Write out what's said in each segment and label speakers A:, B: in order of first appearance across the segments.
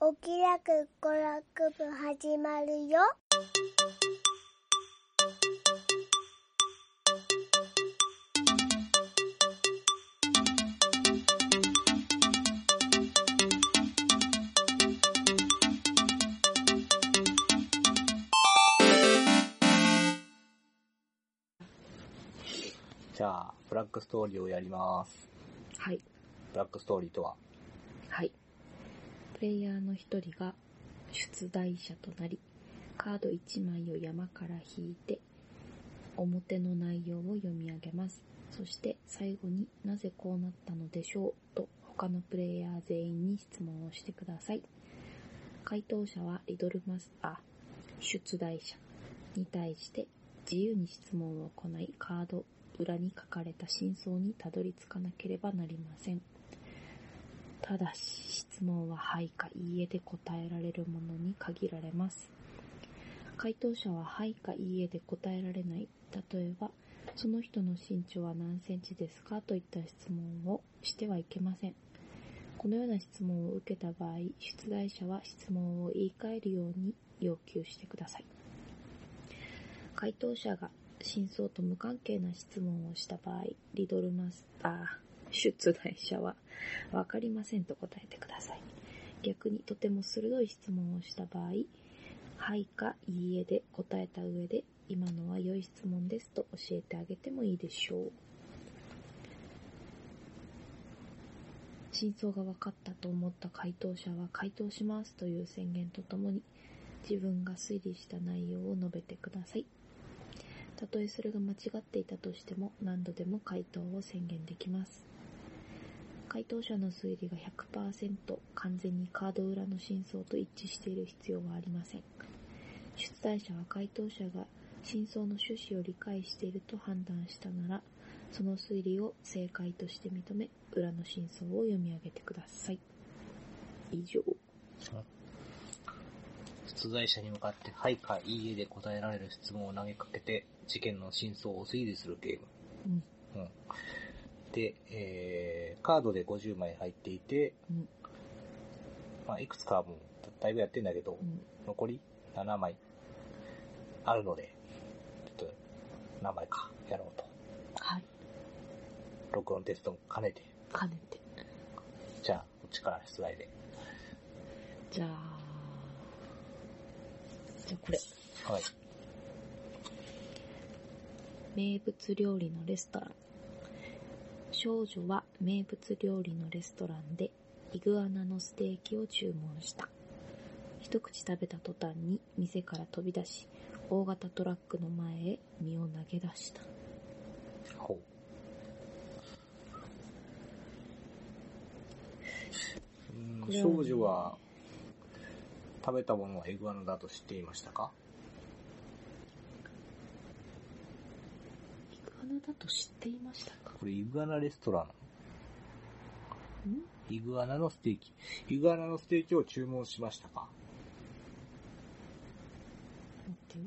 A: お気楽娯楽部始まるよ。
B: じゃあ、ブラックストーリーをやります。
C: はい。
B: ブラックストーリーとは
C: はい。プレイヤーの一人が出題者となり、カード1枚を山から引いて、表の内容を読み上げます。そして最後になぜこうなったのでしょうと他のプレイヤー全員に質問をしてください。回答者はリドルマスター、出題者に対して自由に質問を行いカード裏に書かれた真相にたどり着かなければなりません。ただし、質問ははいかいいえで答えられるものに限られます。回答者ははいかいいえで答えられない。例えば、その人の身長は何センチですかといった質問をしてはいけません。このような質問を受けた場合、出題者は質問を言い換えるように要求してください。回答者が真相と無関係な質問をした場合、リドルマスター、出題者はわかりませんと答えてください。逆にとても鋭い質問をした場合、はいかいいえで答えた上で、今のは良い質問ですと教えてあげてもいいでしょう。真相が分かったと思った回答者は回答しますという宣言とともに、自分が推理した内容を述べてください。たとえそれが間違っていたとしても何度でも回答を宣言できます。回答者の推理が100%完全にカード裏の真相と一致している必要はありません。出題者は回答者が真相の趣旨を理解していると判断したなら、その推理を正解として認め、裏の真相を読み上げてください。以上。
B: 出題者に向かってはいかいいえで答えられる質問を投げかけて、事件の真相を推理するゲ
C: うん。
B: ーム。うん。で、えー、カードで50枚入っていて、
C: うん
B: まあ、いくつかはもうだいぶやってんだけど、
C: うん。
B: 残り7枚あるので、ちょっと何枚かやろうと。
C: はい。
B: 録音テストも兼ねて。
C: 兼ねて。
B: じゃあ、こっちから出題で。
C: じゃあ、じゃあこれ。
B: はい。
C: 名物料理のレストラン。少女は名物料理のレストランでイグアナのステーキを注文した。一口食べた途端に店から飛び出し、大型トラックの前へ身を投げ出した。
B: ほう。うん
C: これはね
B: 少女は食べたものはエグアナだと知っていましたか
C: イグアナだと知っていましたか
B: これイグアナレストラン。
C: ん
B: イグアナのステーキ。イグアナのステーキを注文しましたか
C: 待ってよ。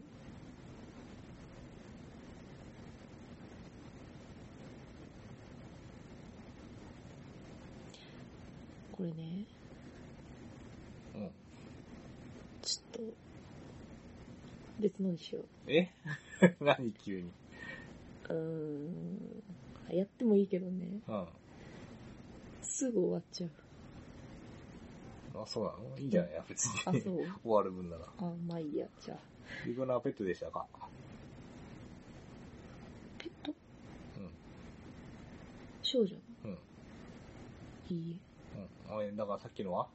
C: これね、
B: うん。
C: ちょっと、別のにしよ
B: え 何急に。
C: う。うーん。やってもいいけどね。
B: うん。あ、
C: すぐ終わっ ちゃう。
B: そうなのいいんじゃないや、別に。
C: あ、
B: 終
C: そう。
B: わる分なら。
C: あ、まあいいや。じゃあ、
B: イグアナはペットでしたか
C: ペット
B: うん。
C: 少女
B: うん。
C: いい
B: うんあえ。だからさっきのは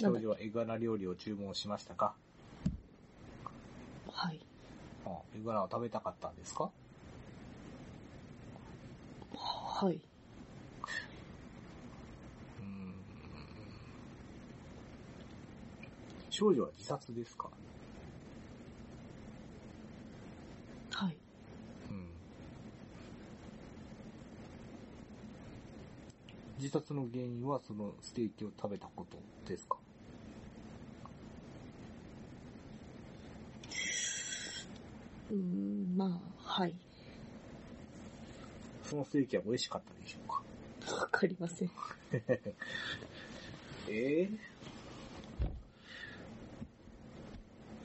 C: な
B: 少
C: んだっけ
B: 女はエグアナ料理を注文しましたか
C: え。はい。
B: うん。イグアナを食べたかったんですか
C: はい。
B: うーん少女は自殺ですか
C: はい。
B: うん。自殺の原因はそのステーキを食べたことですか
C: うーん、まあ、はい。
B: そのステーキは美味しかったでしょうか
C: わかりません。
B: ええ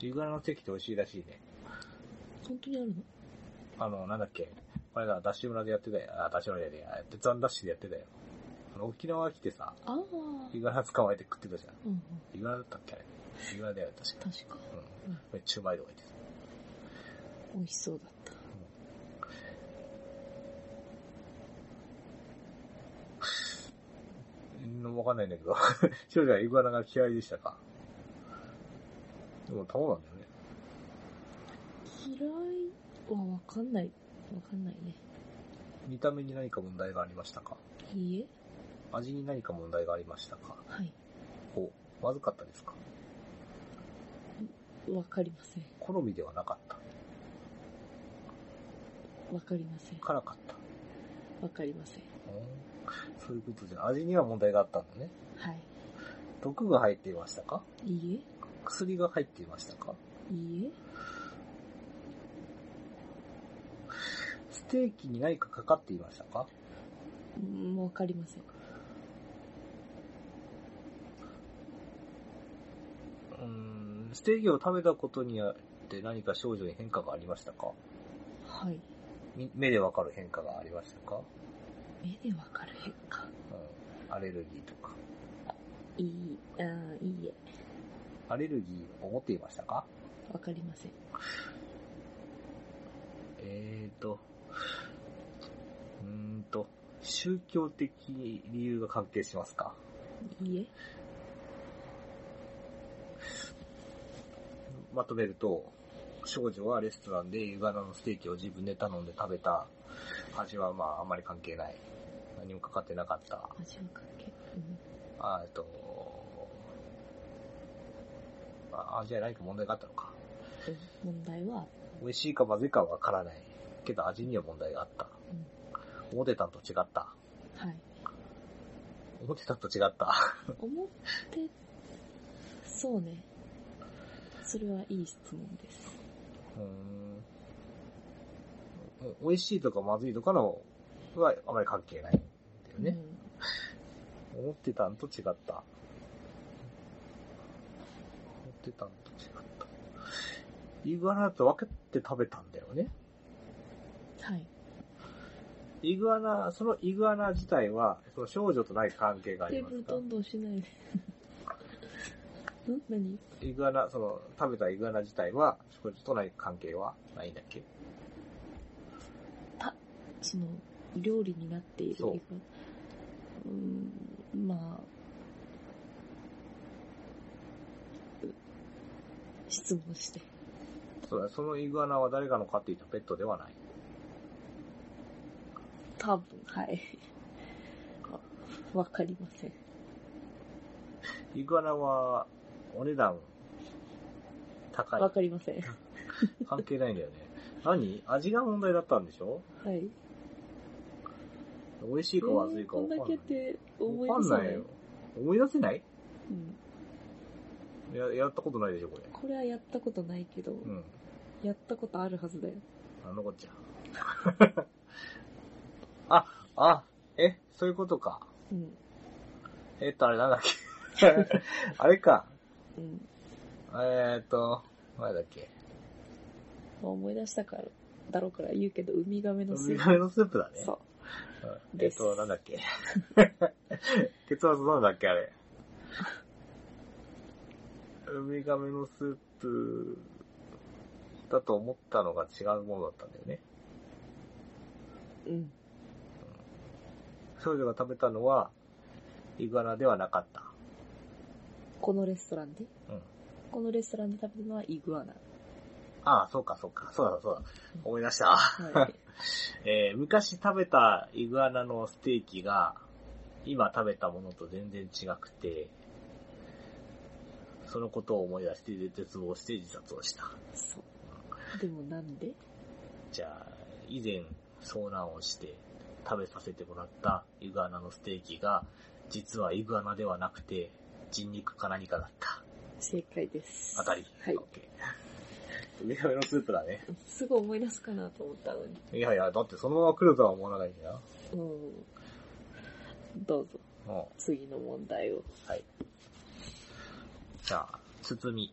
B: 湯柄の席って美味しいらしいね。
C: 本当にあるの
B: あの、なんだっけ。これだ、ダッシュ村でやってたよ。あ、ダッシュ村でやって、鉄腕ダッシュでやってたよ。あの、沖縄来てさ、
C: ああ。
B: 湯柄捕まえて食ってたじゃん。
C: うんうん。
B: 湯柄だったっけあれ。湯柄だよ、確か。
C: 確か。
B: うん。
C: うん。
B: めっちゃうまいとか言ってた。
C: 美味しそうだった。
B: うんわかんないんだけど。少女はイグアナが嫌いでしたか。でも、卵なんだよね。
C: 嫌いはわかんない。わかんないね。
B: 見た目に何か問題がありましたか
C: いいえ。
B: 味に何か問題がありましたか
C: はい。
B: お、まずかったですか
C: わかりません。
B: 好みではなかった。
C: わかりません。
B: 辛かった。
C: わかりません。
B: うんそういうことじゃ、味には問題があったんだね。
C: はい。
B: 毒が入っていましたか
C: いい
B: 薬が入っていましたか
C: え。いいえ。
B: ステーキに何かかかっていましたか
C: うんわかりません。
B: うーん、ステーキを食べたことによって何か症状に変化がありましたか
C: はい。
B: み目でわかる変化がありましたか
C: 目でわかる変化。
B: うん、アレルギーとか。
C: いい、あーいいえ。
B: アレルギーを持っていましたか
C: わかりません。
B: えーと、うーんと、宗教的理由が関係しますか
C: いいえ。
B: まとめると、少女はレストランで湯柄のステーキを自分で頼んで食べた。味はまああんまり関係ない。何もかかってなかった。
C: 味は関係。うん。
B: あーえっと、あ味は何か問題があったのか。
C: うん問題は、
B: 美味しいかまずいかはわからない。けど味には問題があった。
C: うん。
B: 思ってたんと違った。
C: はい。
B: 思ってたんと違った。
C: 思って、そうね。それはいい質問です。
B: うーん。お美味しいとかまずいとかの、はあまり関係ない。だよね。思ってたんと違った。思ってたんと違った。イグアナと分けて食べたんだよね。
C: うん。はい。
B: イグアナ、そのイグアナ自体は、その少女とない関係があ
C: テ
B: り
C: ー
B: ま
C: ブ
B: す
C: ル
B: か
C: どんどんしないで。 ん何
B: イグアナ、その、食べたイグアナ自体は、少女とない関係はないんだっけ
C: その、料理になっている
B: そう
C: うーん、まあ、う質問して。
B: そうだ、そのイグアナは誰かの飼っていたペットではない。
C: 多分、はい。あわかりません。
B: イグアナは、お値段、高い
C: わ。かり ません。
B: 関係ないんだよね。何味が問題だったんでしょ
C: はい。
B: 美味しいかまずいか
C: えー
B: 分かん
C: こんだ
B: ない。
C: けって思い
B: わかん
C: 出せな
B: ないいよ。思い出せない
C: うん。
B: ややったことないでしょ、これ。
C: これはやったことないけど、
B: うん。
C: やったことあるはずだよ。
B: あのこっちゃ。 あ、あ、え、そういうことか。
C: うん。
B: えっと、あれなんだっ け。あれか。
C: うん。
B: えーっと、前だっけ。
C: 思い出したから、だろうから言うけど、ウミガメのス
B: 海
C: ー
B: ガ
C: プ。
B: メのスープだね。
C: そう。
B: うんえっと、なんだっ け。結末なんだっけ、あれ。ウミガメのスープだと思ったのが違うものだったんだよね。
C: うん。
B: 少女が食べたのは、イグアナではなかった。
C: このレストランで
B: うん。
C: このレストランで食べたのはイグアナ。
B: ああ、そうかそうか。そうだそうだ。思い出した。
C: はい。
B: えー昔食べたイグアナのステーキが、今食べたものと全然違くて、そのことを思い出して絶望して自殺をした。
C: そう。でもなんで
B: じゃあ、以前遭難をして食べさせてもらったイグアナのステーキが、実はイグアナではなくて、人肉か何かだった。
C: 正解です。
B: あたり。
C: はい
B: オッケー。 ウミガメのスープだね。
C: すぐ思い出すかなと思ったのに。
B: いやいや、だってそのまま来るとは思わないんだよ。
C: うん。どうぞ、
B: うん。
C: 次の問題を。
B: はい。じゃあ、包み。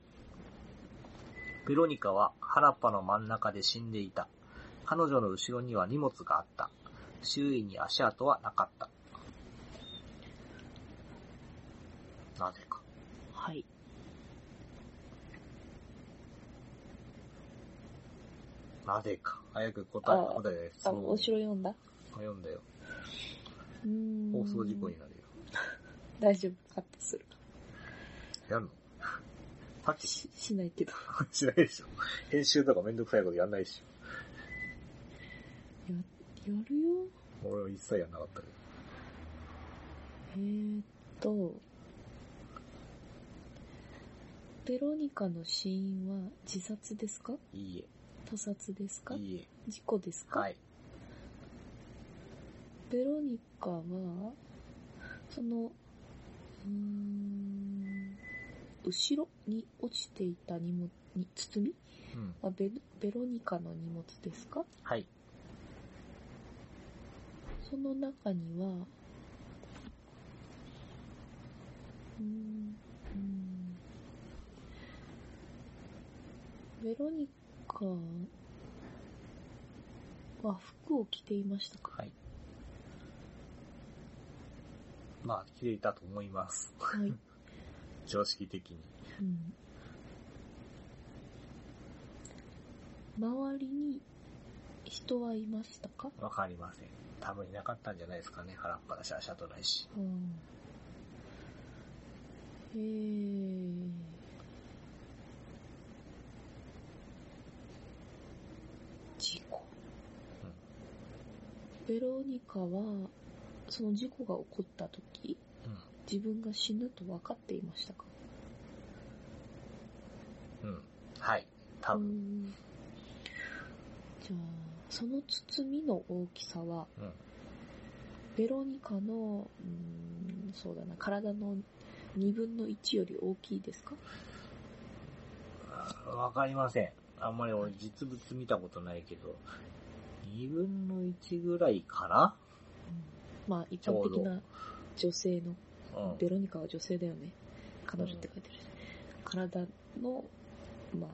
B: ベロニカは原っぱの真ん中で死んでいた。彼女の後ろには荷物があった。周囲に足跡はなかった。なぜか。
C: はい。
B: なぜか。早く答え、
C: あ
B: 答えです。
C: あ、
B: そう
C: お城読んだ
B: 読んだよ。
C: うーん
B: 放送事故になるよ。
C: 大丈夫。カットする。
B: やるの さっき
C: し、しないけど。
B: しないでしょ。編集とかめんどくさいことやんないでし
C: や、やるよ。
B: ょ。俺は一切やんなかったけど。
C: えーっと、ベロニカの死因は自殺ですか
B: いい
C: 他殺です
B: え。
C: か
B: いいえ。
C: 事故ですか、
B: はい。
C: ベロニカは、その、うーん、後ろに落ちていた荷物に包み
B: うん。
C: あベベロニカの荷物ですか
B: はい。
C: その中には、うーん、うーんベロニカは服を着ていましたか
B: はい。まあ、切れたと思います。
C: はい。
B: 常識的に。
C: うん周りに人はいましたか
B: わかりません。多分いなかったんじゃないですかね。原っぱだし、足跡ないし。
C: うん。えー。事故。ベロニカは、その事故が起こった時、
B: う
C: 自分が死ぬと分かっていましたか
B: ん。うん。はい。多
C: う
B: 分。
C: んじゃあ、その包みの大きさは、
B: うん。
C: ベロニカの、うーん、そうだな、体の2分の1より大きいですか
B: あわかりません。あんまり俺実物見たことないけど、2分の1ぐらいかな
C: まあ、一般的な女性の、
B: うん。
C: ベロニカは女性だよね。彼女って書いてるし。体の、まあ、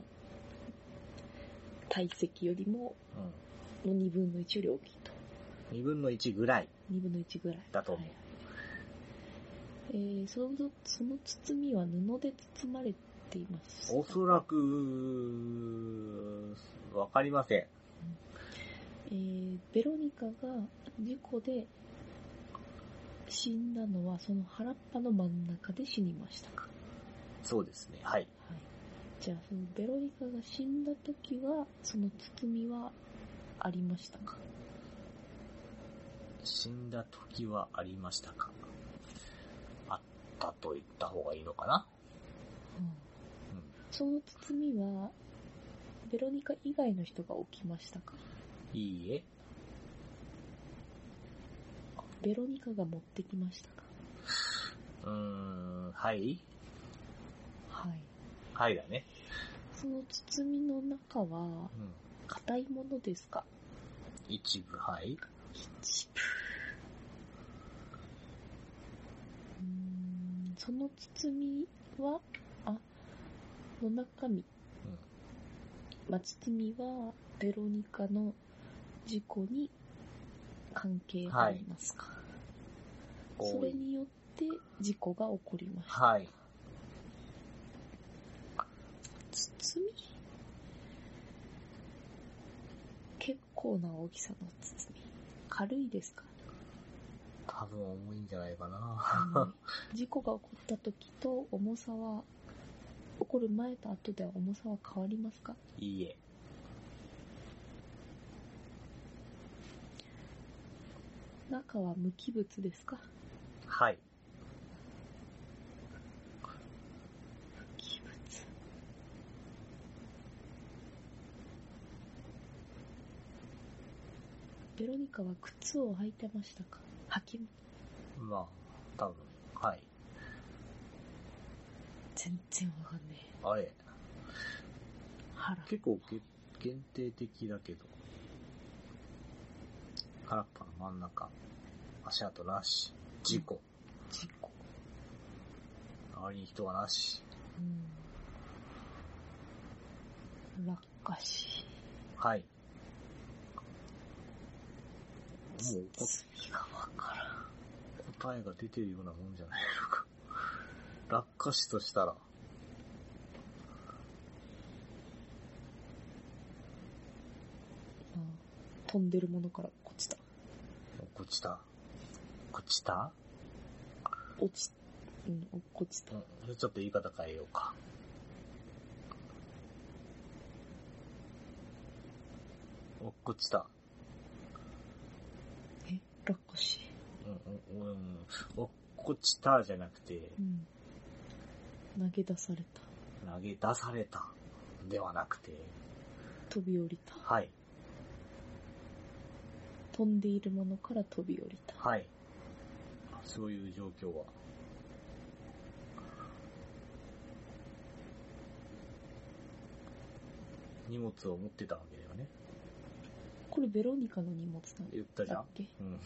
C: 体積よりも、
B: うん。
C: の2分の1より大きいと。
B: 2分の1ぐらい。
C: 2分の1ぐらい。
B: だと思う
C: はいえー、その、その包みは布で包まれています。
B: おそらく、わかりません。
C: えー、ベロニカが事故で死んだのはその原っぱの真ん中で死にましたか、は
B: そうですね。はい。
C: い、じゃあそのベロニカが死んだ時はその包みはありましたか
B: 死んだ時はありましたかあったと言った方がいいのかなう
C: その包みはベロニカ以外の人が置きましたか
B: ん。いいえ。
C: ベロニカが持ってきましたか
B: うーん、はい
C: はい
B: はいだね。
C: その包みの中は
B: うん。
C: 硬いものですか
B: 一部、はい。
C: チップうーんその包みは、あ、の中身。
B: うん。
C: まあ、包みは、ベロニカの事故に関係がありますか、
B: 多い
C: それによって事故が起こりまし
B: はい。
C: た。包み結構な大きさの包み。軽いですか
B: 多分重いんじゃないかな。
C: 事故が起こった時と重さは、起こる前と後では重さは変わりますか
B: いいえ。
C: 中は無機物ですか
B: はい。
C: 無機物。ベロニカは靴を履いてましたか履き、
B: まあ、多分。はい。
C: 全然わかんねえ。
B: あれ、
C: 腹。
B: 結構げ限定的だけど。原っぱの真ん中。足跡なし。事故。
C: 事故。
B: 周りに人がなし。
C: うん。落下し。
B: はい。もう、こっちがわからん。答えが出てるようなもんじゃないのか。 落下死としたら、
C: まあ飛んでるものから落ちた。
B: 落ちた。落ちた
C: 落ち、うん、落ちた。
B: うん、ちょっと言い方変えようか。落っこちた。
C: え落下し。
B: うん、うん、うん。落っこちたじゃなくて、
C: うん。投げ出された。
B: 投げ出された。ではなくて、
C: 飛び降りた。
B: はい、
C: 飛んでいるものから飛び降りた。
B: はい。そういう状況は。荷物を持ってたわけだよね。
C: これベロニカの荷物なん
B: 言ったじゃ
C: だ
B: ん
C: っ。け
B: うん。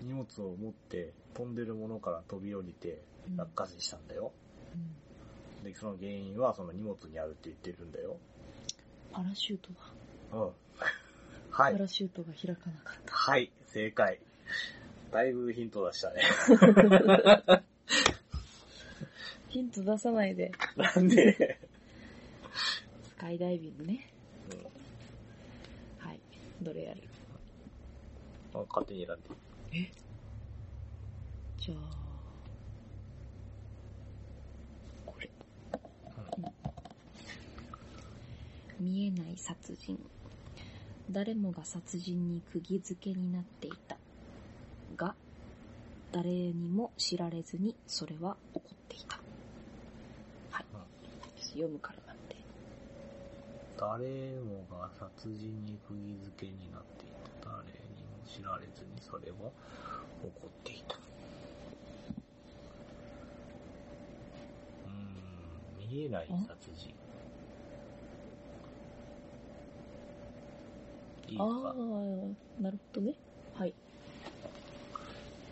B: 荷物を持って飛んでるものから飛び降りて
C: うん
B: 落下死したんだよ。
C: うん
B: で、その原因はその荷物にあるって言ってるんだよ。
C: パラシュート
B: うん。
C: だ。
B: は
C: パ
B: い。
C: ラシュートが開かなかっ
B: はい。正解。だいぶヒント出したね。
C: た。ヒント出さないで。
B: なんで、
C: スカイダイビングね。
B: うん
C: はい。どれやる
B: あ勝手に選んで。
C: じゃあ、これ。見えない殺人。誰もが殺人に釘付けになっていた。が、誰にも知られずにそれは起こっていた。はい
B: うん。
C: 読むからなんで。
B: 誰もが殺人に釘付けになっていた。誰にも知られずにそれは起こっていた。うーん、見えない殺人。いい
C: あ
B: か。
C: ー、なるほどね。はい。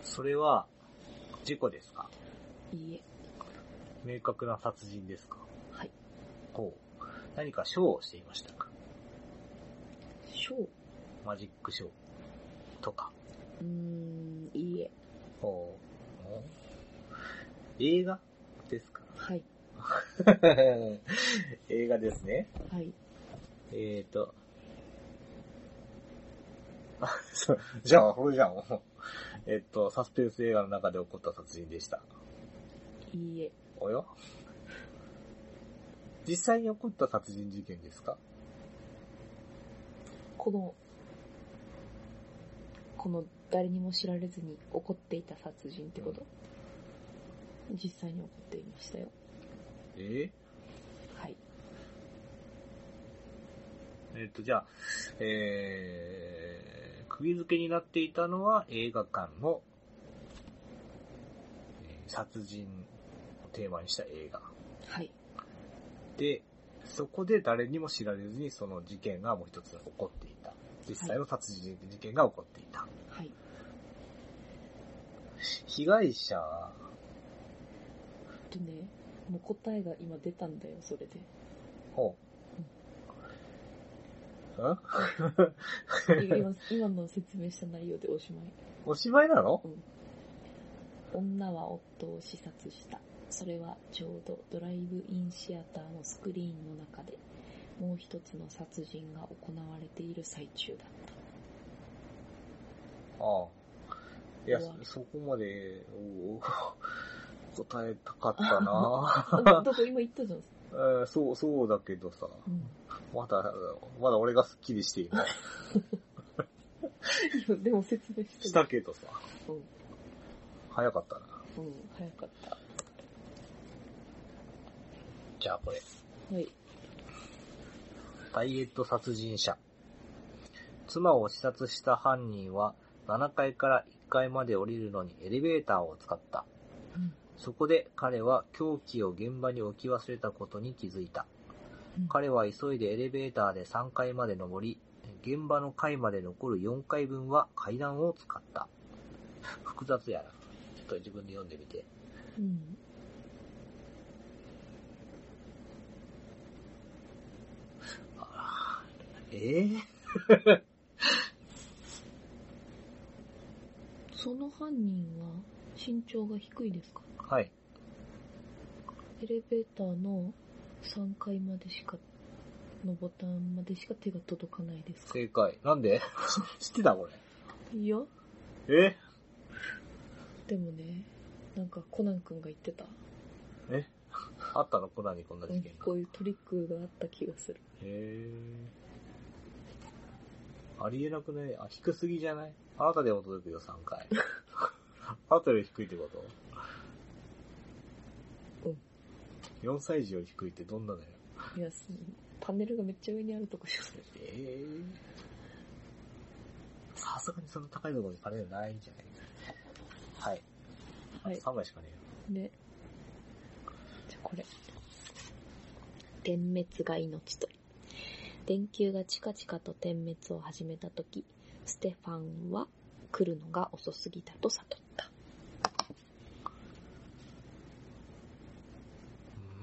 B: それは、事故ですか
C: いいえ。
B: 明確な殺人ですか
C: はい。
B: ほう。何かショーをしていましたか
C: ショー。う
B: マジックショーとか。
C: ーん、いいえ。
B: ほう。映画ですか
C: はい。
B: 映画ですね。
C: はい。
B: えーと。あ、そう、じゃあ、これじゃん。もうえっと、サスペンス映画の中で起こった殺人でした。
C: いいえ。
B: お よ実際に起こった殺人事件ですか
C: この、この誰にも知られずに起こっていた殺人ってこと、実際に起こっていましたよ。
B: え
C: はい。
B: えっと、じゃあ、えー、釘付けになっていたのは映画館の、えー殺人をテーマにした映画。
C: はい。
B: で、そこで誰にも知られずにその事件がもう一つ起こっていた。実際の殺人事件が起こっていた。
C: はい。
B: 被害者は、
C: えっとね、もう答えが今出たんだよ、そ れで。
B: ほう。ん
C: 今今の説明した内容でおしまい。
B: おしまいなの
C: 女は夫を刺殺した。それはちょうどドライブインシアターのスクリーンの中で、もう一つの殺人が行われている最中だった。
B: ああ。いや、
C: う
B: そ
C: わ
B: そこまで、おー答えたかった な
C: あどこ今言ったじゃん。
B: えーそう、そうだけどさ、
C: うん
B: まだ、まだ俺がスッキリしてい ない。
C: いやでも説明してる
B: したけどさ、
C: うん、
B: 早かったな。
C: うん、早かった。
B: じゃあこれ。
C: はい。
B: ダイエット殺人者。妻を刺殺した犯人は7階から1階まで降りるのにエレベーターを使った。
C: うん
B: そこで彼は凶器を現場に置き忘れたことに気づいた
C: うん。
B: 彼は急いでエレベーターで3階まで上り、現場の階まで残る4階分は階段を使った。複雑やな。これ自分で読んでみて。
C: うん。
B: あーえー、
C: その犯人は身長が低いですか
B: はい。
C: エレベーターの3階までしか、のボタンまでしか手が届かないですか
B: 正解。なんで 知ってたこ
C: いや、
B: れ。え
C: でもね、なんかコナン君が言ってた。
B: えあったのコナンにこんな
C: なん
B: 事
C: か
B: 件
C: こ
B: が。
C: ういうトリックがあった気がする。
B: えー。ありえなくないあ、低すぎじゃないあなたでも届くよ、3回。 あなたより低いってこと
C: うん。
B: 4歳児より低いってどんなのよ。
C: いや、すパネルがめっちゃ上にあるとこですね。
B: えー。さすがにその高いところにパネルないんじゃないはい。あ
C: は
B: と
C: い。
B: 3枚しかねえよ。
C: ね。じゃあこれ。点滅が命取り。電球がチカチカと点滅を始めたとき、ステファンは来るのが遅すぎたと悟った。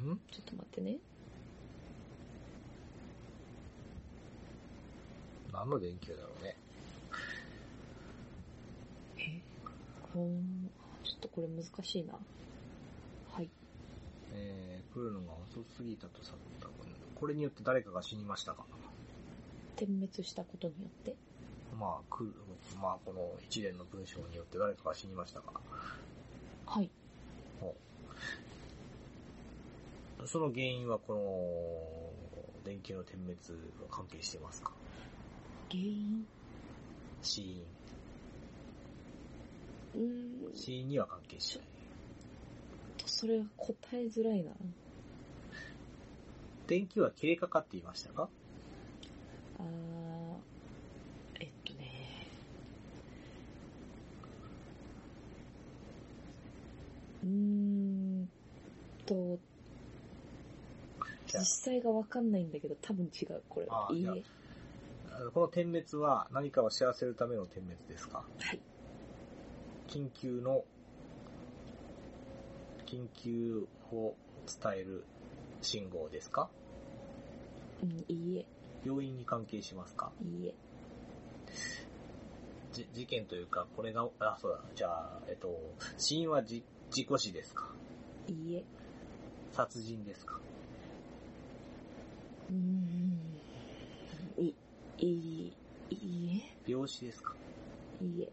B: うん
C: ちょっと待ってね。
B: 何の電球だろうね。
C: えほん、ちょっとこれ難しいな。はい。
B: えー、来るのが遅すぎたとさったこれによって誰かが死にましたか
C: 点滅したことによって。
B: まあ、来る、まあ、この一連の文章によって誰かが死にましたか
C: はい。
B: ほうその原因はこの、電球の点滅が関係してますか
C: 原因
B: 死因。
C: うーん
B: 死因には関係しない。
C: と、それは答えづらいな。
B: 電球は切れかかっていましたか
C: あー、えっとね。うーんと、
B: じゃ
C: 実際がわかんないんだけど、多分違う、これは。
B: あー
C: いいえ。
B: じゃあ
C: は
B: ああのこの点滅は何かを知らせるための点滅ですか
C: い。
B: 緊急の、緊急を伝える信号ですか
C: うん、いいえ。
B: 病院に関係しますか
C: いいえ。
B: じ事件というか、これが、あ、そうだ、じゃあ、えっと、死因はじ事故死ですか
C: いいえ。
B: 殺人ですか
C: うーん。い、いい、いい
B: 病死ですか
C: え。いいえ。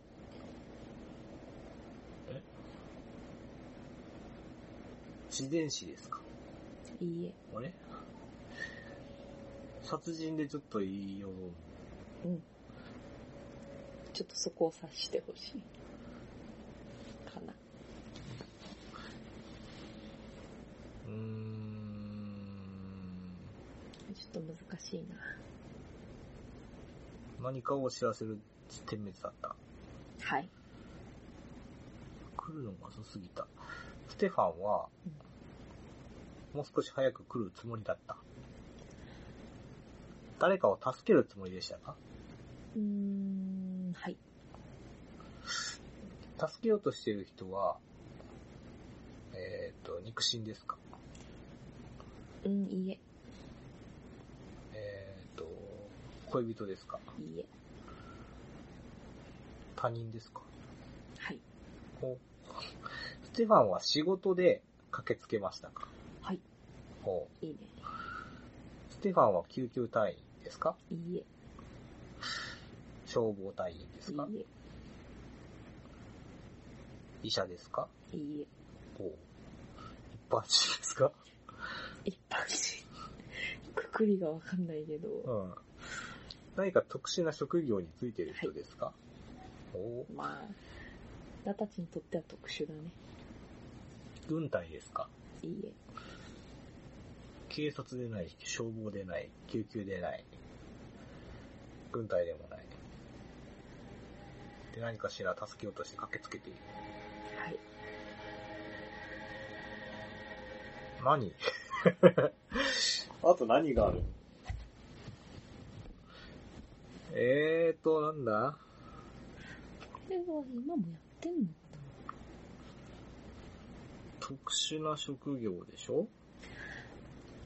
B: 自然死ですか
C: いいえ。
B: あれ殺人でちょっと言いよう。
C: うん。ちょっとそこを察してほしい。かな。
B: うーん。
C: ちょっと難しいな。
B: 何かを知らせる点滅だった。
C: はい。
B: 来るのが遅すぎた。ステファンは、もう少し早く来るつもりだった。誰かを助けるつもりでしたか
C: うーん、はい。
B: 助けようとしている人は、えっ、と、肉親ですか
C: うん、いいえ。
B: えっ、と、恋人ですか
C: いいえ。
B: 他人ですか
C: はい。
B: ほうステファンは仕事で駆けつけましたか
C: はい。
B: ほ
C: いいね。
B: うステファンは救急隊員ですか
C: いいえ。
B: 消防隊員ですか
C: いい
B: 医者ですか
C: え。いいえ。
B: ほう一般人ですか
C: 一般人。 くくりがわかんないけど。
B: うん。何か特殊な職業についてる人ですか、お
C: まあ、私たちにとっては特殊だね。
B: 軍隊ですか
C: いいえ。
B: 警察でない、消防でない、救急でない、軍隊でもない。で、何かしら助けようとして駆けつけている。
C: はい。
B: 何 あと何があるえーと、なんだ
C: これは今もやってんのか
B: 特殊な職業でしょ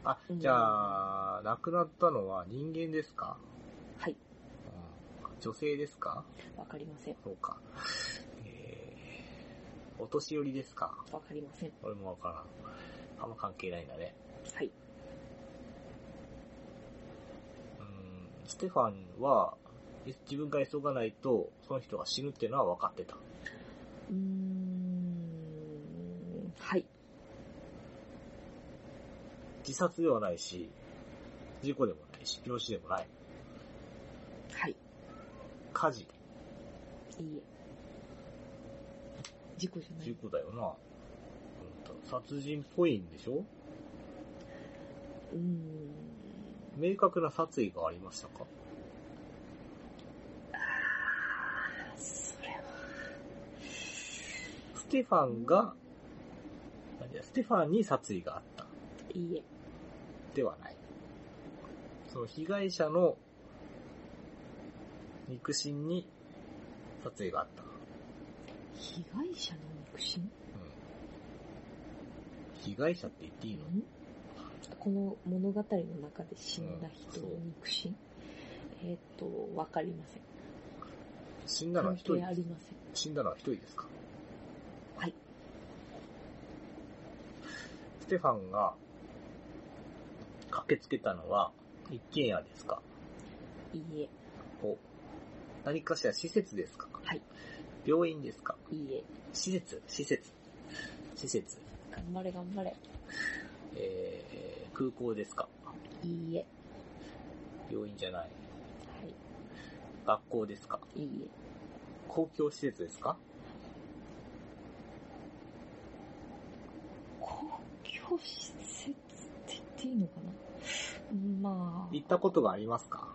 B: あ、
C: うん
B: じゃあ、亡くなったのは人間ですか、
C: はい。
B: うん、女性ですか
C: わかりません。
B: そうか。えー、お年寄りですか
C: わかりません。
B: 俺もわからん。あんま関係ないんだね。
C: はい。
B: うん、ステファンは、え自分が急がないと、その人が死ぬっていうのは分かってた。
C: うーん。はい。
B: 自殺ではないし、事故でもないし、病死でもない。
C: はい。
B: 火事、
C: いいえ。事故じゃない
B: 事。故だよな。うんと殺人っぽいんでしょ
C: うーん。
B: 明確な殺意がありましたか
C: それは。
B: ステファンが、あいやステファンに殺意があった。
C: いいえ。
B: ではない。その被害者の肉親に殺意があった。
C: 被害者の肉親
B: うん被害者って言っていいの
C: んこの物語の中で死んだ人の肉親、えーっと、わかりません。
B: 死んだのは一人
C: 関係ありません。
B: 死んだのは一人ですか
C: はい。
B: ステファンが駆けつけたのは一軒家ですか
C: いいえ。
B: お何かしら施設ですか
C: はい。
B: 病院ですか
C: いいえ。
B: 施設施設施設
C: 頑張れ頑張れ。
B: えー、空港ですか
C: いいえ。
B: 病院じゃない。
C: は
B: 学校ですか
C: い。いい
B: 公共施設ですか
C: え。公共施設って言っていいのかなま
B: 行ったことがありますか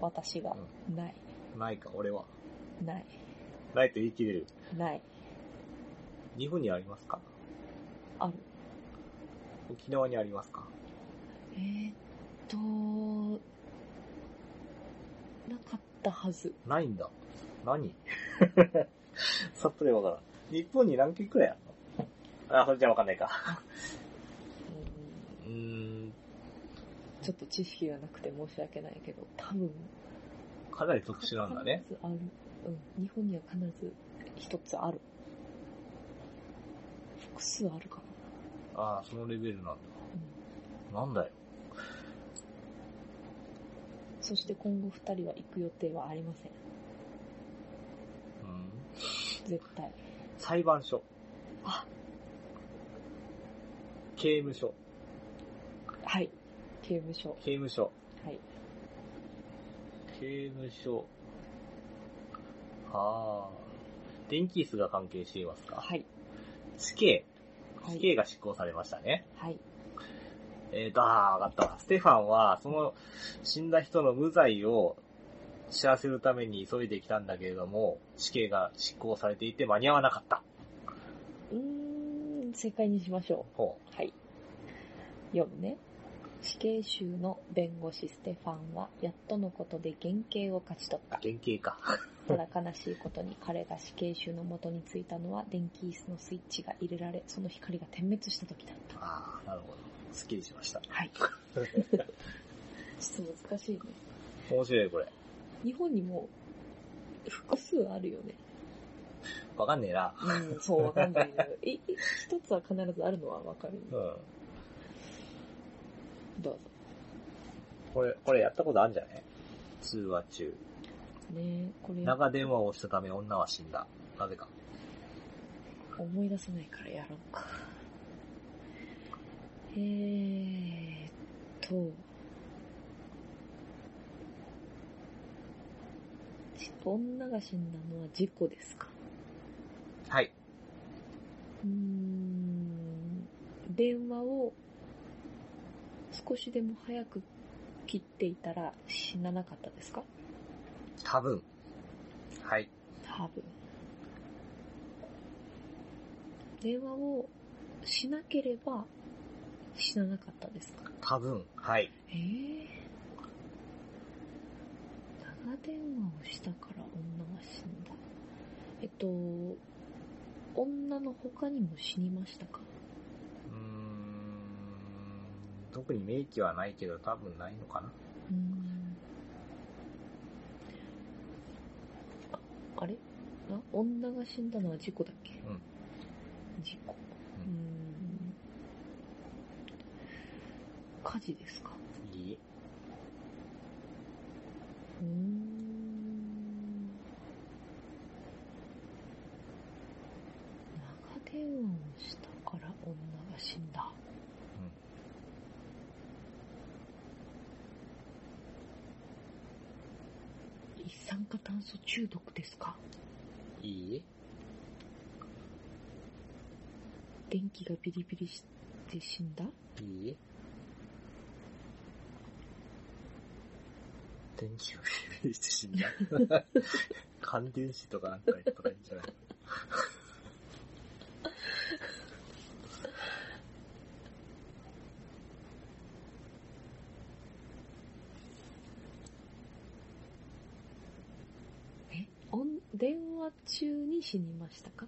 C: あ、私が、ない、
B: ないか、俺は。
C: ない、
B: ないと言い切れる。
C: ない、
B: 日本にありますか
C: ある。
B: 沖縄にありますか
C: えーっと、なかったはず。
B: ないんだ。何 さっぱりわからん。日本に何件くらいあるのあ、それじゃわかんないか。
C: うん
B: うーん、
C: ちょっと知識がなくて申し訳ないけど、多分、
B: かなり特殊なんだね。
C: 必ずある。うん、日本には必ず一つある。複数あるか
B: ああ、そのレベルなん
C: な。
B: だ。
C: うん、
B: なんだよ。
C: そして今後二人は行く予定はありません。
B: うん、
C: 絶対。
B: 裁判所。
C: あ、
B: 刑務所。
C: はい。刑務所。
B: 刑務所。
C: はい。
B: 刑務所。ああ。電気椅子が関係していますか
C: はい。
B: 死刑。
C: は
B: 死
C: い。
B: 刑が執行されましたね。
C: はい。
B: えーと、あー、わかったわ。ステファンは、その、死んだ人の無罪を知らせるために急いできたんだけれども、死刑が執行されていて間に合わなかった。
C: うーん、正解にしましょ
B: ほ
C: う。はい。読むね。死刑囚の弁護士ステファンは、やっとのことで原刑を勝ち取っ
B: う。
C: た。
B: 原型か。
C: ただ悲しいことに彼が死刑囚の元に着いたのは電気椅子のスイッチが入れられ、その光が点滅した時だった。
B: あー、なるほど。すっきりしました。
C: はい。ちょっと難しいね。
B: 面白いこれ。
C: 日本にも複数あるよね。
B: わかんねえな。
C: うん、そうわかん ないけど、いい一つは必ずあるのはわかる。
B: うん。
C: どう
B: これ、これやったことあるんじゃない通話中。
C: ぞ。ねえこれ
B: 長電話をしたため女は死んだ。なぜか。
C: 思い出せないからやろうか。えーっと、し女が死んだのは事故ですか
B: はい。
C: うーん、電話を少しでも早く切っていたら死ななかったですか
B: 多分。はい。
C: 多分。電話をしなければ死ななかったですか
B: 多分。はい。
C: ええ長電話をしたから女は死んだ。えっと、女の他にも死にましたか
B: 特に明記はないけど多分ないのかな。
C: うんああれあ女が死んだのは事故だっけ
B: うん。
C: 事故。
B: う
C: うんーん。火事ですか。
B: いいう
C: ーん。長電話をしたから女が死んだ。一酸化炭素中毒ですか
B: いい
C: 電気がビリビリして死んだ
B: いい電気をビリビリして死んだ。 感電死とかなんか言ったらいいんじゃない
C: えおん電話中に死にましたか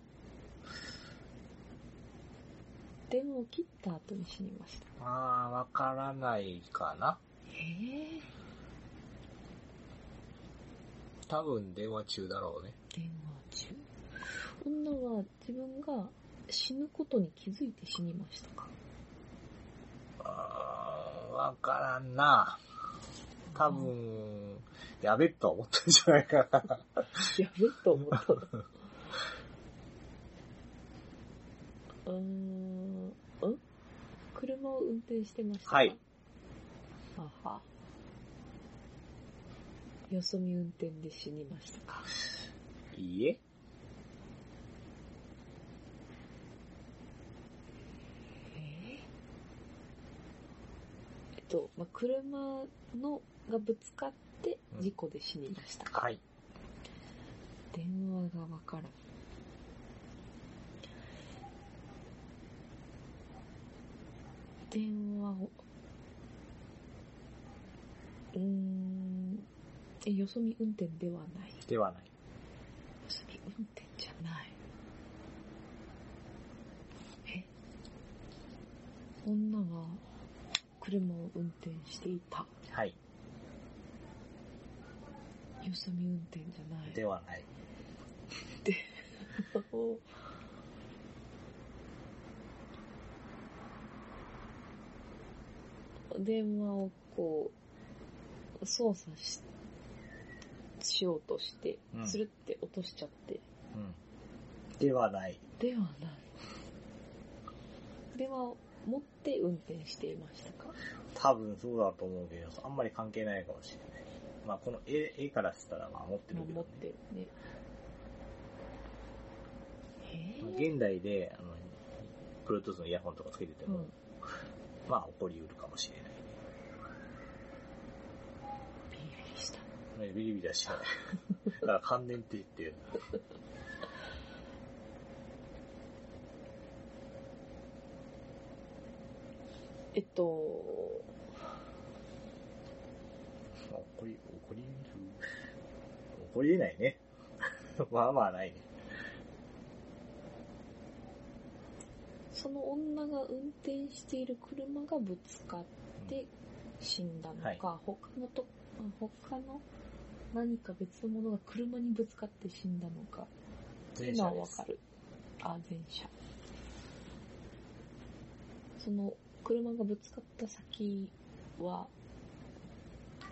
C: 電話を切った後に死にました。
B: まあ、わからないかな。
C: ええ
B: 多分電話中だろうね。
C: 電話中。女は自分が死ぬことに気づいて死にましたか
B: あーわからんな。多。分、やべっとは思ったんじゃないかな。
C: やべっと思 ったの。うーん、ん車を運転してましたか
B: はい。
C: はは。よそ見運転で死にましたか。
B: いいえ。
C: えっと、まあ、車のがぶつかって事故で死にましたか。
B: はい。
C: 電話がわからん。電話を、うーん、えよそ見運転ではない。よ
B: ではない。
C: そ見運転じゃない。え女は車を運転していた。
B: はい。
C: よそ見運転じゃない。
B: ではない。
C: お電話をこう、操作し、しようとして
B: う、ん
C: つるって落としちゃって、
B: うん。ではない。
C: ではない。電話を持って運転していましたか
B: 多分そうだと思うけど、あんまり関係ないかもしれない。まあ、この絵、絵からしたら、まあ、持ってるけど、ね。
C: 持ってるね。え
B: まあ
C: ー
B: 現代で、あの、プロトゥースのイヤホンとかつけてて
C: う
B: も、
C: ん。
B: まあ、起こりうるかもしれないね。
C: ビリビリした。
B: ねビリビリは しない。だから関連って言ってる。
C: えっと、
B: まあ、起こり、起こりうる。起こりえないね。 まあまあないね。
C: その女が運転している車がぶつかっ
B: うん
C: て死んだのか、
B: はい
C: 他のと、他の何か別のものが車にぶつかって死んだのか、
B: 前
C: 今
B: 者
C: は
B: で
C: わ
B: す
C: か。る。あ、前者。その車がぶつかった先は、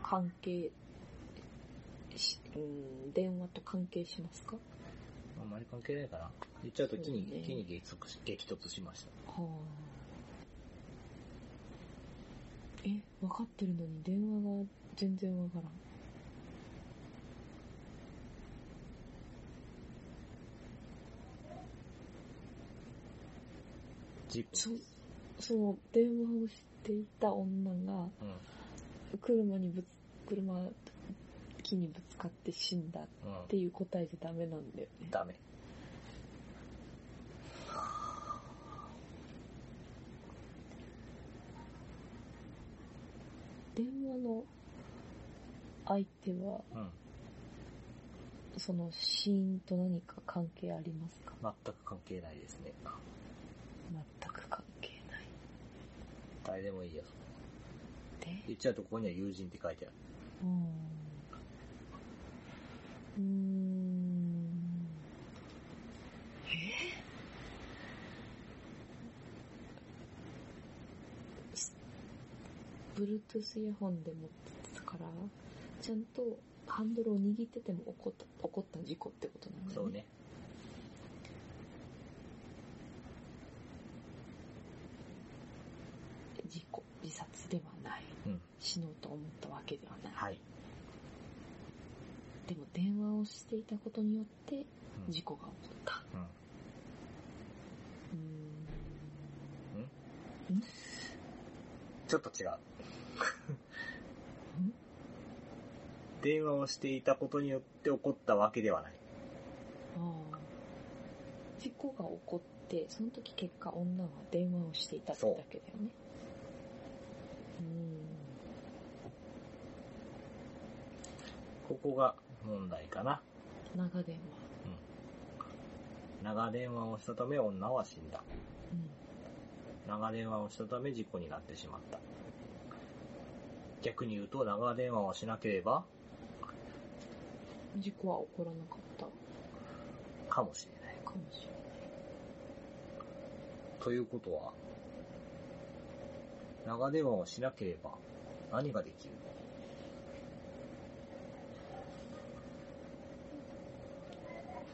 C: 関係し、うん、電話と関係しますか
B: あんまり関係ないかな。言っちゃうと木に、
C: そうね
B: 木に激突し激突しました。
C: はあ。え、分かってるのに電話が全然わからん。
B: 事故。
C: そ、その電話をしていた女が
B: う
C: 車にぶつ、車、木にぶつかって死んだっ
B: ん。うん
C: て。いう答えじゃダメなんだよね。
B: ダメ。
C: 電話の相手は、
B: うん。
C: その死因と何か関係ありますか
B: 全く関係ないですね。
C: 全く関係ない。
B: 誰でもいいよ。
C: れ
B: 言っちゃうとここには友人って書いてある。
C: うーん。えし ?Bluetooth イヤホンで持ってたから、ちゃんとハンドルを握ってても起こった、起こった事故ってことなんだ
B: そ
C: よ
B: う
C: ね。
B: ね。
C: 事故、自殺ではない。
B: うん。
C: 死のうと思ったわけではない。
B: はい。
C: でも電話をしていたことによって
B: うん
C: 事故が起こった。
B: うん。
C: うーん。
B: ちょっと 違う。
C: ん
B: 電話をしていたことによって起こったわけではない。
C: ああ事故が起こってその時結果女は電話をしていたってだ
B: そう
C: けだよねうーん
B: ここが問題かな。
C: 長電話
B: 長電話をしたため女は死んだ。
C: うん
B: 長電話をしたため事故になってしまった。逆に言うと長電話をしなければ
C: 事故は起こらなかった
B: かもしれない。
C: かもしれない
B: ということは、長電話をしなければ何ができる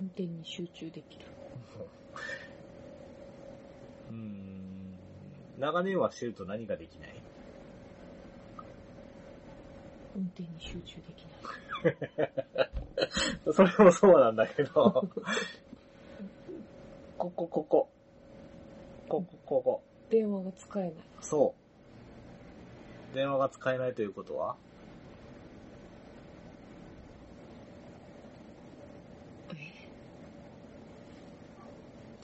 C: 運転に集中できる
B: うーん、長電話してると何ができない
C: 運転に集中できない
B: それもそうなんだけど。 ここ、ここ。ここ、ここ。
C: 電話が使えない
B: そう。電話が使えないということは
C: え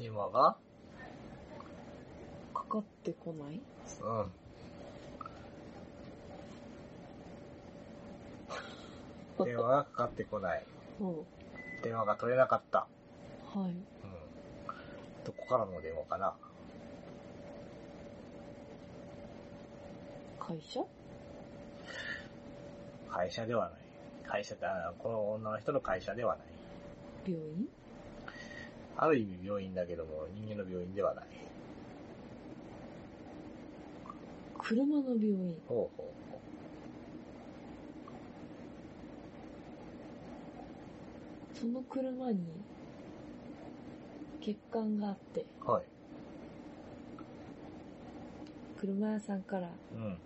B: 電話が
C: かかってこない
B: うん。電話がかかってこない。
C: うん
B: 電話が取れなかった。
C: は
B: う
C: い
B: ん。どこからの電話かな
C: 会社
B: 会社ではない。会社って、あこの女の人の会社ではない。
C: 病院
B: ある意味病院だけども、人間の病院ではない。
C: 車の病院
B: ほうほうほ
C: その車に欠陥があって
B: う。はい。
C: 車屋さんから
B: うん。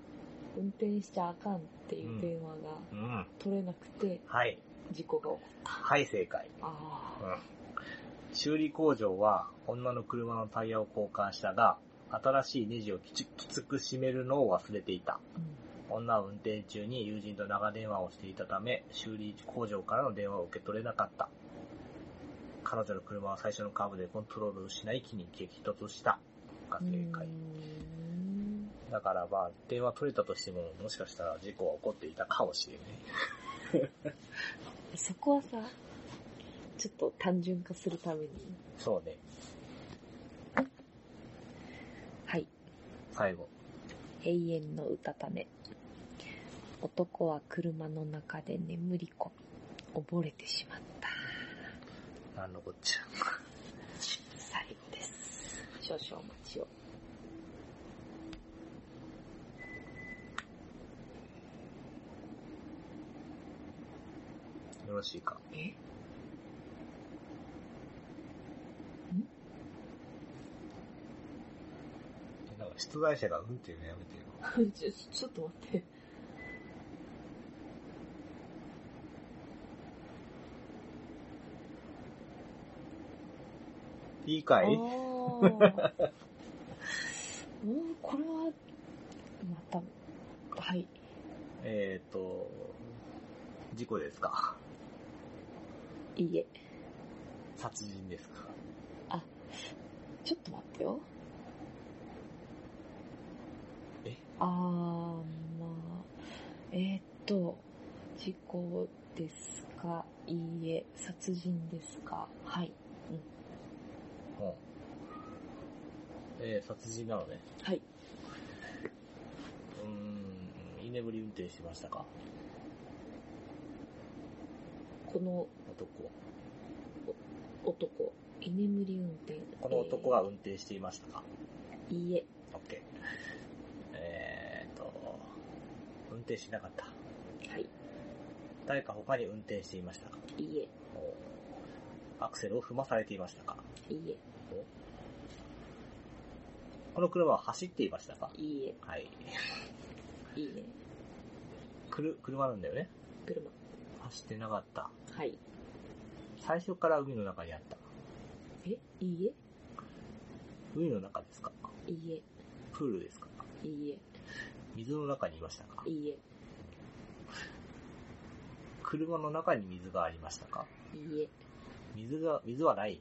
C: 運転しちゃあかんっていう電話が
B: うん。
C: 取れなくて
B: はい。
C: 事故が起こ
B: はい、正解。
C: った。ああ。
B: うん。修理工場は女の車のタイヤを交換したが、新しいネジをきちきつく締めるのを忘れていた。女は運転中に友人と長電話をしていたため、修理工場からの電話を受け取れなかった。彼女の車は最初のカーブでコントロールをしない木に激突した。が
C: うん。
B: 正解
C: う。ん
B: だからまあ、電話取れたとしても、もしかしたら事故は起こっていたかもしれない。
C: そこはさ、ちょっと単純化するために。
B: そうね。
C: はい。
B: 最後。
C: 永遠の歌たね。男は車の中で眠り込み、溺れてしまった。
B: なんのこっちゃ。
C: 最後です。少々お待ちを。
B: よろしいか。
C: え
B: えなんか出題者がうんっていうのやめてよ。
C: ちょ、ちょっと待って。
B: いいかい
C: あー おーこれは、また、はい。
B: えっ、ー、と、事故ですか
C: いいえ。
B: 殺人ですか
C: ちょっと待ってよ。
B: え
C: あー、まあ、えー、っと、事故ですかいいえ、殺人ですかはい。
B: うん。えー、殺人なのね。
C: はい。
B: うーん、稲眠り運転してましたか
C: この
B: 男は。
C: 男、居眠り運転。
B: この男は運転していましたか
C: えーいいえ、
B: ?OK。えーっと、運転しなかった。
C: はい、
B: 誰か他に運転していましたか
C: いいえ、
B: おアクセルを踏まされていましたか
C: いいえ、
B: この車は走っていましたか
C: いいえ、
B: はい。
C: いいえ、
B: くる、車なんだよね
C: 車。
B: 走ってなかった。
C: はい。
B: 最初から海の中にあった。
C: え、いい
B: 海の中ですか
C: え、いいえ、
B: プールですか
C: いいえ、
B: 水の中にいましたか
C: いいえ、
B: 車の中に水がありましたか
C: いいえ。
B: 水が、水はない。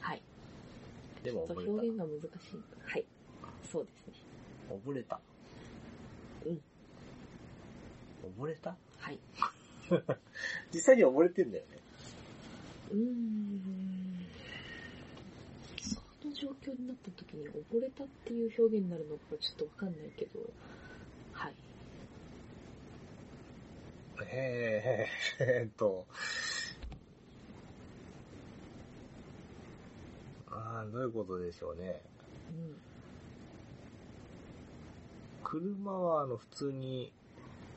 C: はい。
B: でも
C: そう
B: 溺
C: 表
B: れ
C: 現が難しい。はい。そうですね。
B: た。溺れた。
C: うん。
B: 溺れた
C: はい。
B: 実際に溺れてんだよね。
C: うーん。その状況になった時に溺れたっていう表現になるのかちょっとわかんないけど、はい。
B: へーへーえーっと。あーどういうことでしょうね。
C: うん。
B: 車はあの普通に、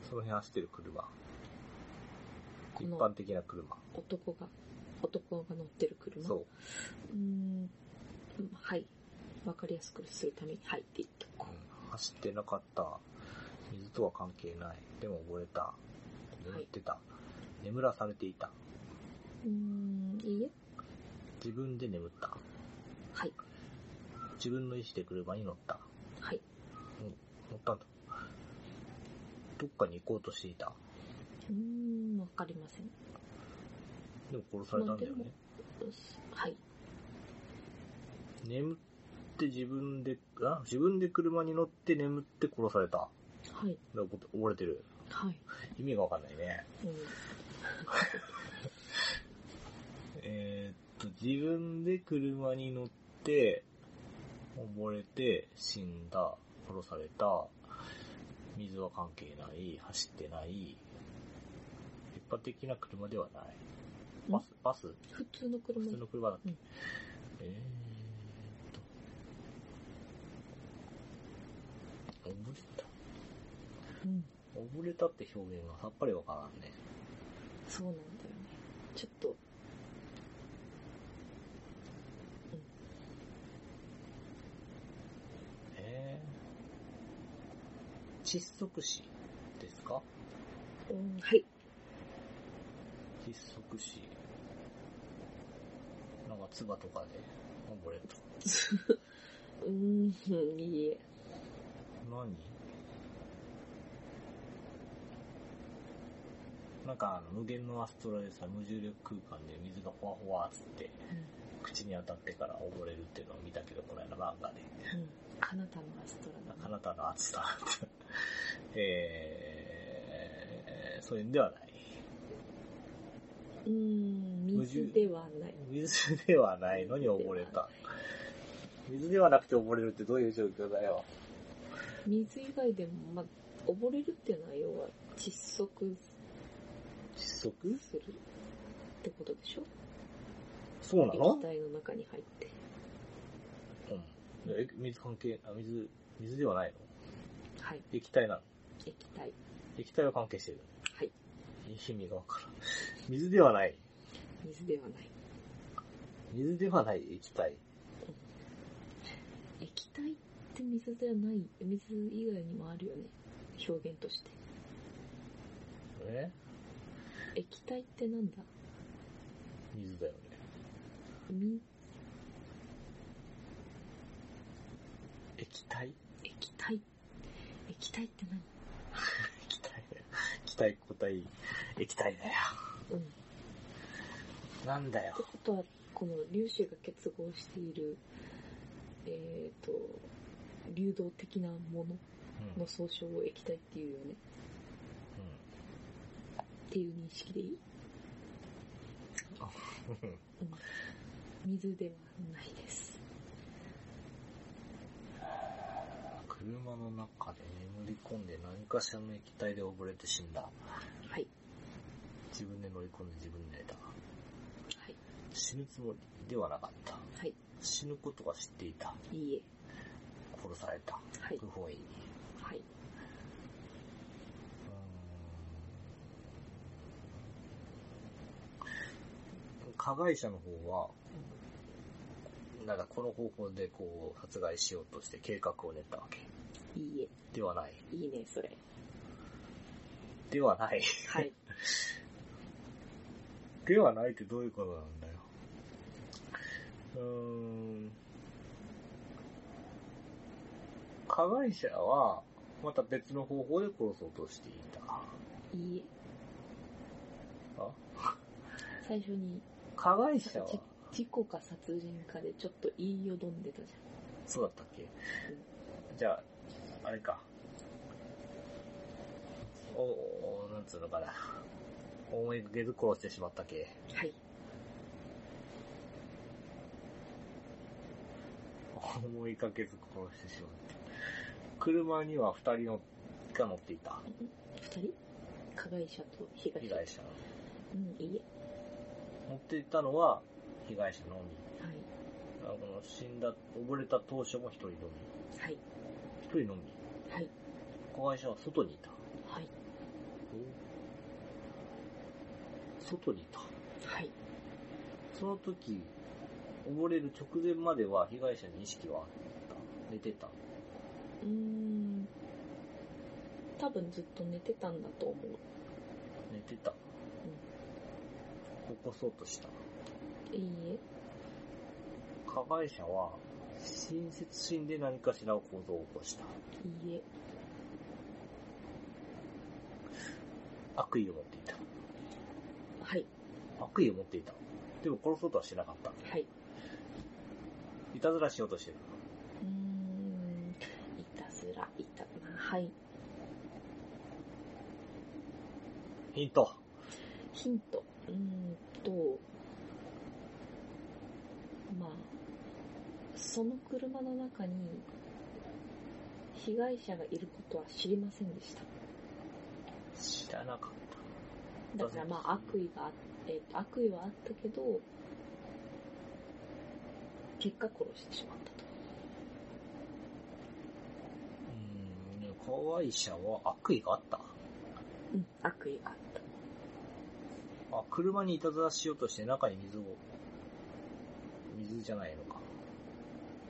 B: その辺走ってる車。
C: こ
B: 一
C: の
B: 般的な車。
C: 男が、男が乗ってる車。
B: そう。
C: うーん。うんはい。わかりやすくするために、はいって言ってこ
B: うん走ってなかった。水とは関係ない。でも溺れた。眠ってた。眠らされていた。
C: う。うーん、いいえ。
B: 自分で眠った。
C: はい。
B: 自分の意思で車に乗った。
C: はい。
B: 乗ったんだ。どっかに行こうとしていた。
C: うーん、わかりません。
B: でも殺されたんだよ
C: まあで
B: ね
C: も。よしはい。
B: 眠って自分で、あ自分で車に乗って眠って殺された。
C: はい。
B: で溺溺れてる。
C: はい。
B: 意味がわかんないね。
C: うん
B: えーっと、自分で車に乗って、溺れて、死んだ、殺された、水は関係ない、走ってない、一般的な車ではない。バス、バス
C: 普通の車
B: 普
C: で
B: 通の車だっけ、
C: うん
B: えーっと。溺れた
C: うん、
B: 溺れたって表現がさっぱりわからんね。
C: そうなんだよね。ちょっと、
B: えー、窒息死ですか
C: うん、はい。
B: 窒息死。なんか唾とかで溺れた。
C: うーん、いいえ。
B: 何なんかあの無限のアストラでさ、無重力空間で水がほわほわっつって、口に当たってから溺れるっていうのを見たけど、この間漫画で。
C: うん、あなたのアストラ
B: あ
C: だな。
B: なたの熱さ。 えー、そういうんではない。
C: うーん、水ではない。
B: 水ではないのに溺れた。水ではなくて溺れるってどういう状況だよ。
C: 水以外でも、まあ、溺れるっていうのは、要は窒息
B: 窒息
C: するってことでしょ
B: そうなの
C: 液体の中に入って。
B: うん。え水関係、あ、水、水ではないの
C: はい、
B: 液体なの
C: 液体。
B: 液体は関係してる。
C: はい、
B: 意味がわからん。水ではない。
C: 水ではない。
B: 水ではない液体。
C: 液体って水ではない、水以外にもあるよね。表現として。
B: え
C: 液体ってなんだ
B: 水だよね。
C: み
B: 液体
C: 液体液体って何
B: 液体だよ。気体固体、液体だよ。
C: うん。って
B: なんだよ。
C: ことは、この粒子が結合している、えっ、と、流動的なも
B: うん
C: のの総称を液体っていうよね。っていう認識でいい
B: うん
C: 水ではないです。
B: 車車の中で眠り込んで何かしらの液体で溺れて死んだ。
C: はい。
B: 自分で乗り込んで自分で寝た。
C: はい。
B: 死ぬつもりではなかった。
C: はい。
B: 死ぬことは知っていた。
C: いいえ。
B: 殺された。
C: はい
B: 不。本意に。
C: はい。
B: うーん加害者の方は、なんかこの方法でこう殺害しようとして計画を練ったわけ
C: いいえ。
B: ではない。
C: いいね、それ。
B: ではない。
C: はい。
B: ではないってどういうことなんだよ。うーん。加害者は、また別の方法で殺そうとしていた。
C: いいえ。
B: あ
C: 最初に、
B: 加害
C: なんか
B: 者は
C: じ、事故か殺人かでちょっと言いよどんでたじ
B: そうだったっけじゃあ、あれか。お、おなんつうのかな。思いがけず殺してしまったけ。
C: ゃん。はい。
B: 思いがけず殺してしまった。車には二人のが乗っていた。
C: 二人加害者と被害
B: 被
C: 者。
B: 害者。
C: うん、いい
B: 持っていったのは被害者のみ。
C: え。はい。
B: あこの死んだ、溺れた当初も一人のみ。
C: はい。
B: 一人のみ。
C: はい。
B: 加害者は外にいた。
C: はい。
B: 外にいた。
C: はい。
B: その時、溺れる直前までは被害者に意識はあった。寝てた。
C: うーん。多分ずっと寝てたんだと思う。
B: 寝てた。起こそうとした。
C: いいえ。
B: 加害者は、親切心で何かしらの行動を起こした。
C: いいえ。
B: 悪意を持っていた。
C: はい。
B: 悪意を持っていた。でも殺そうとはしなかった。
C: はい。
B: いたずらしようとしてる。
C: うーん。いたずら、いた、まあ、はい。
B: ヒント。
C: ヒント。うーんと、まあ、その車の中に、被害者がいることは知りませんでした。
B: 知らなかった。
C: だからまあ悪意があ、えーと悪意はあったけど、結果殺してしまったと。
B: うーん、加害者は悪意があった。
C: うん、悪意があった。
B: あ、車にいたずらしようとして中に水を。水じゃないのか。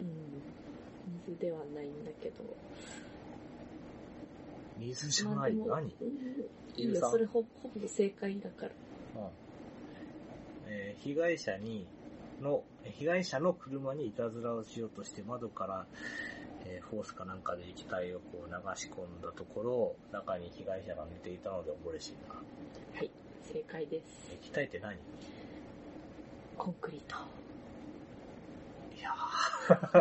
C: うん、水ではないんだけど。
B: 水じゃない、何
C: まあでもうんい
B: イ
C: い
B: ル
C: よ、
B: さん
C: それほほぼ正解だから。
B: うんえー被害者に、の、被害者の車にいたずらをしようとして窓から、えーホースかなんかで液体をこう流し込んだところ、中に被害者が寝ていたので溺れ死んだ。
C: はい、正解です。
B: 液体って何い
C: コンクリート。
B: や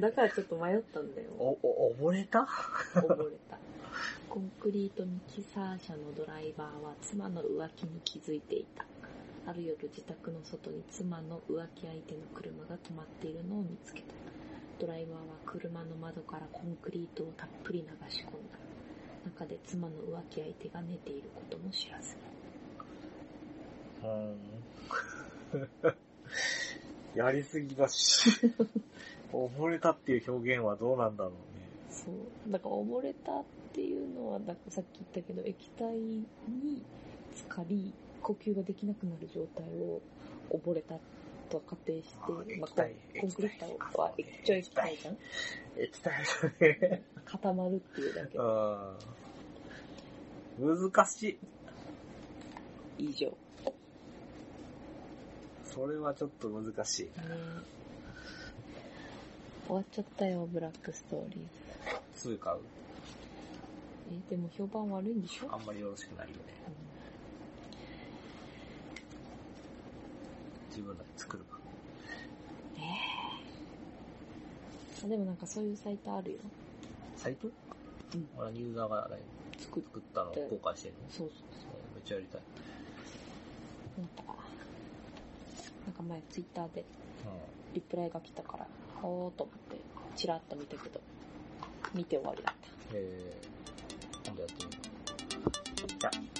C: だからちょっと迷ったんだよ
B: ー、。お、お、溺れた
C: 溺れた。コンクリートミキサー車のドライバーは妻の浮気に気づいていた。ある夜自宅の外に妻の浮気相手の車が止まっているのを見つけた。ドライバーは車の窓からコンクリートをたっぷり流し込んだ。中で妻の浮気相手が寝ていることも知らず。
B: うーん やりすぎだし。溺れたっていう表現はどうなんだろうね。
C: そう。だから溺れたっていうのは、だからさっき言ったけど、液体に浸かり、呼吸ができなくなる状態を溺れたと仮定して、
B: あー
C: ま
B: 液体
C: あ、コンクリー
B: 液体
C: トは液体液体じゃん
B: 液体だね。
C: 固まるっていうだけ
B: う。ん。難しい。
C: 以上。ね
B: それはちょっと難しい。
C: 終わっちゃったよ、ブラックストーリーズ。
B: 通貨
C: え、でも評判悪いんでしょ
B: あんまりよろしくないよね。自分らで作るか。
C: うんでもなんかそういうサイトあるよ。
B: サイト
C: うん
B: 俺はユーザーがね
C: 作っ
B: 作ったのを公開してるの。
C: そ
B: う
C: うそう。
B: んめっちゃやりたい。
C: なんか、なんか前ツイッターで
B: う
C: リプライが来たから、おーと思って、チラッと見たけど、見て終わりだった。
B: えー、今度やってみよう。じゃあ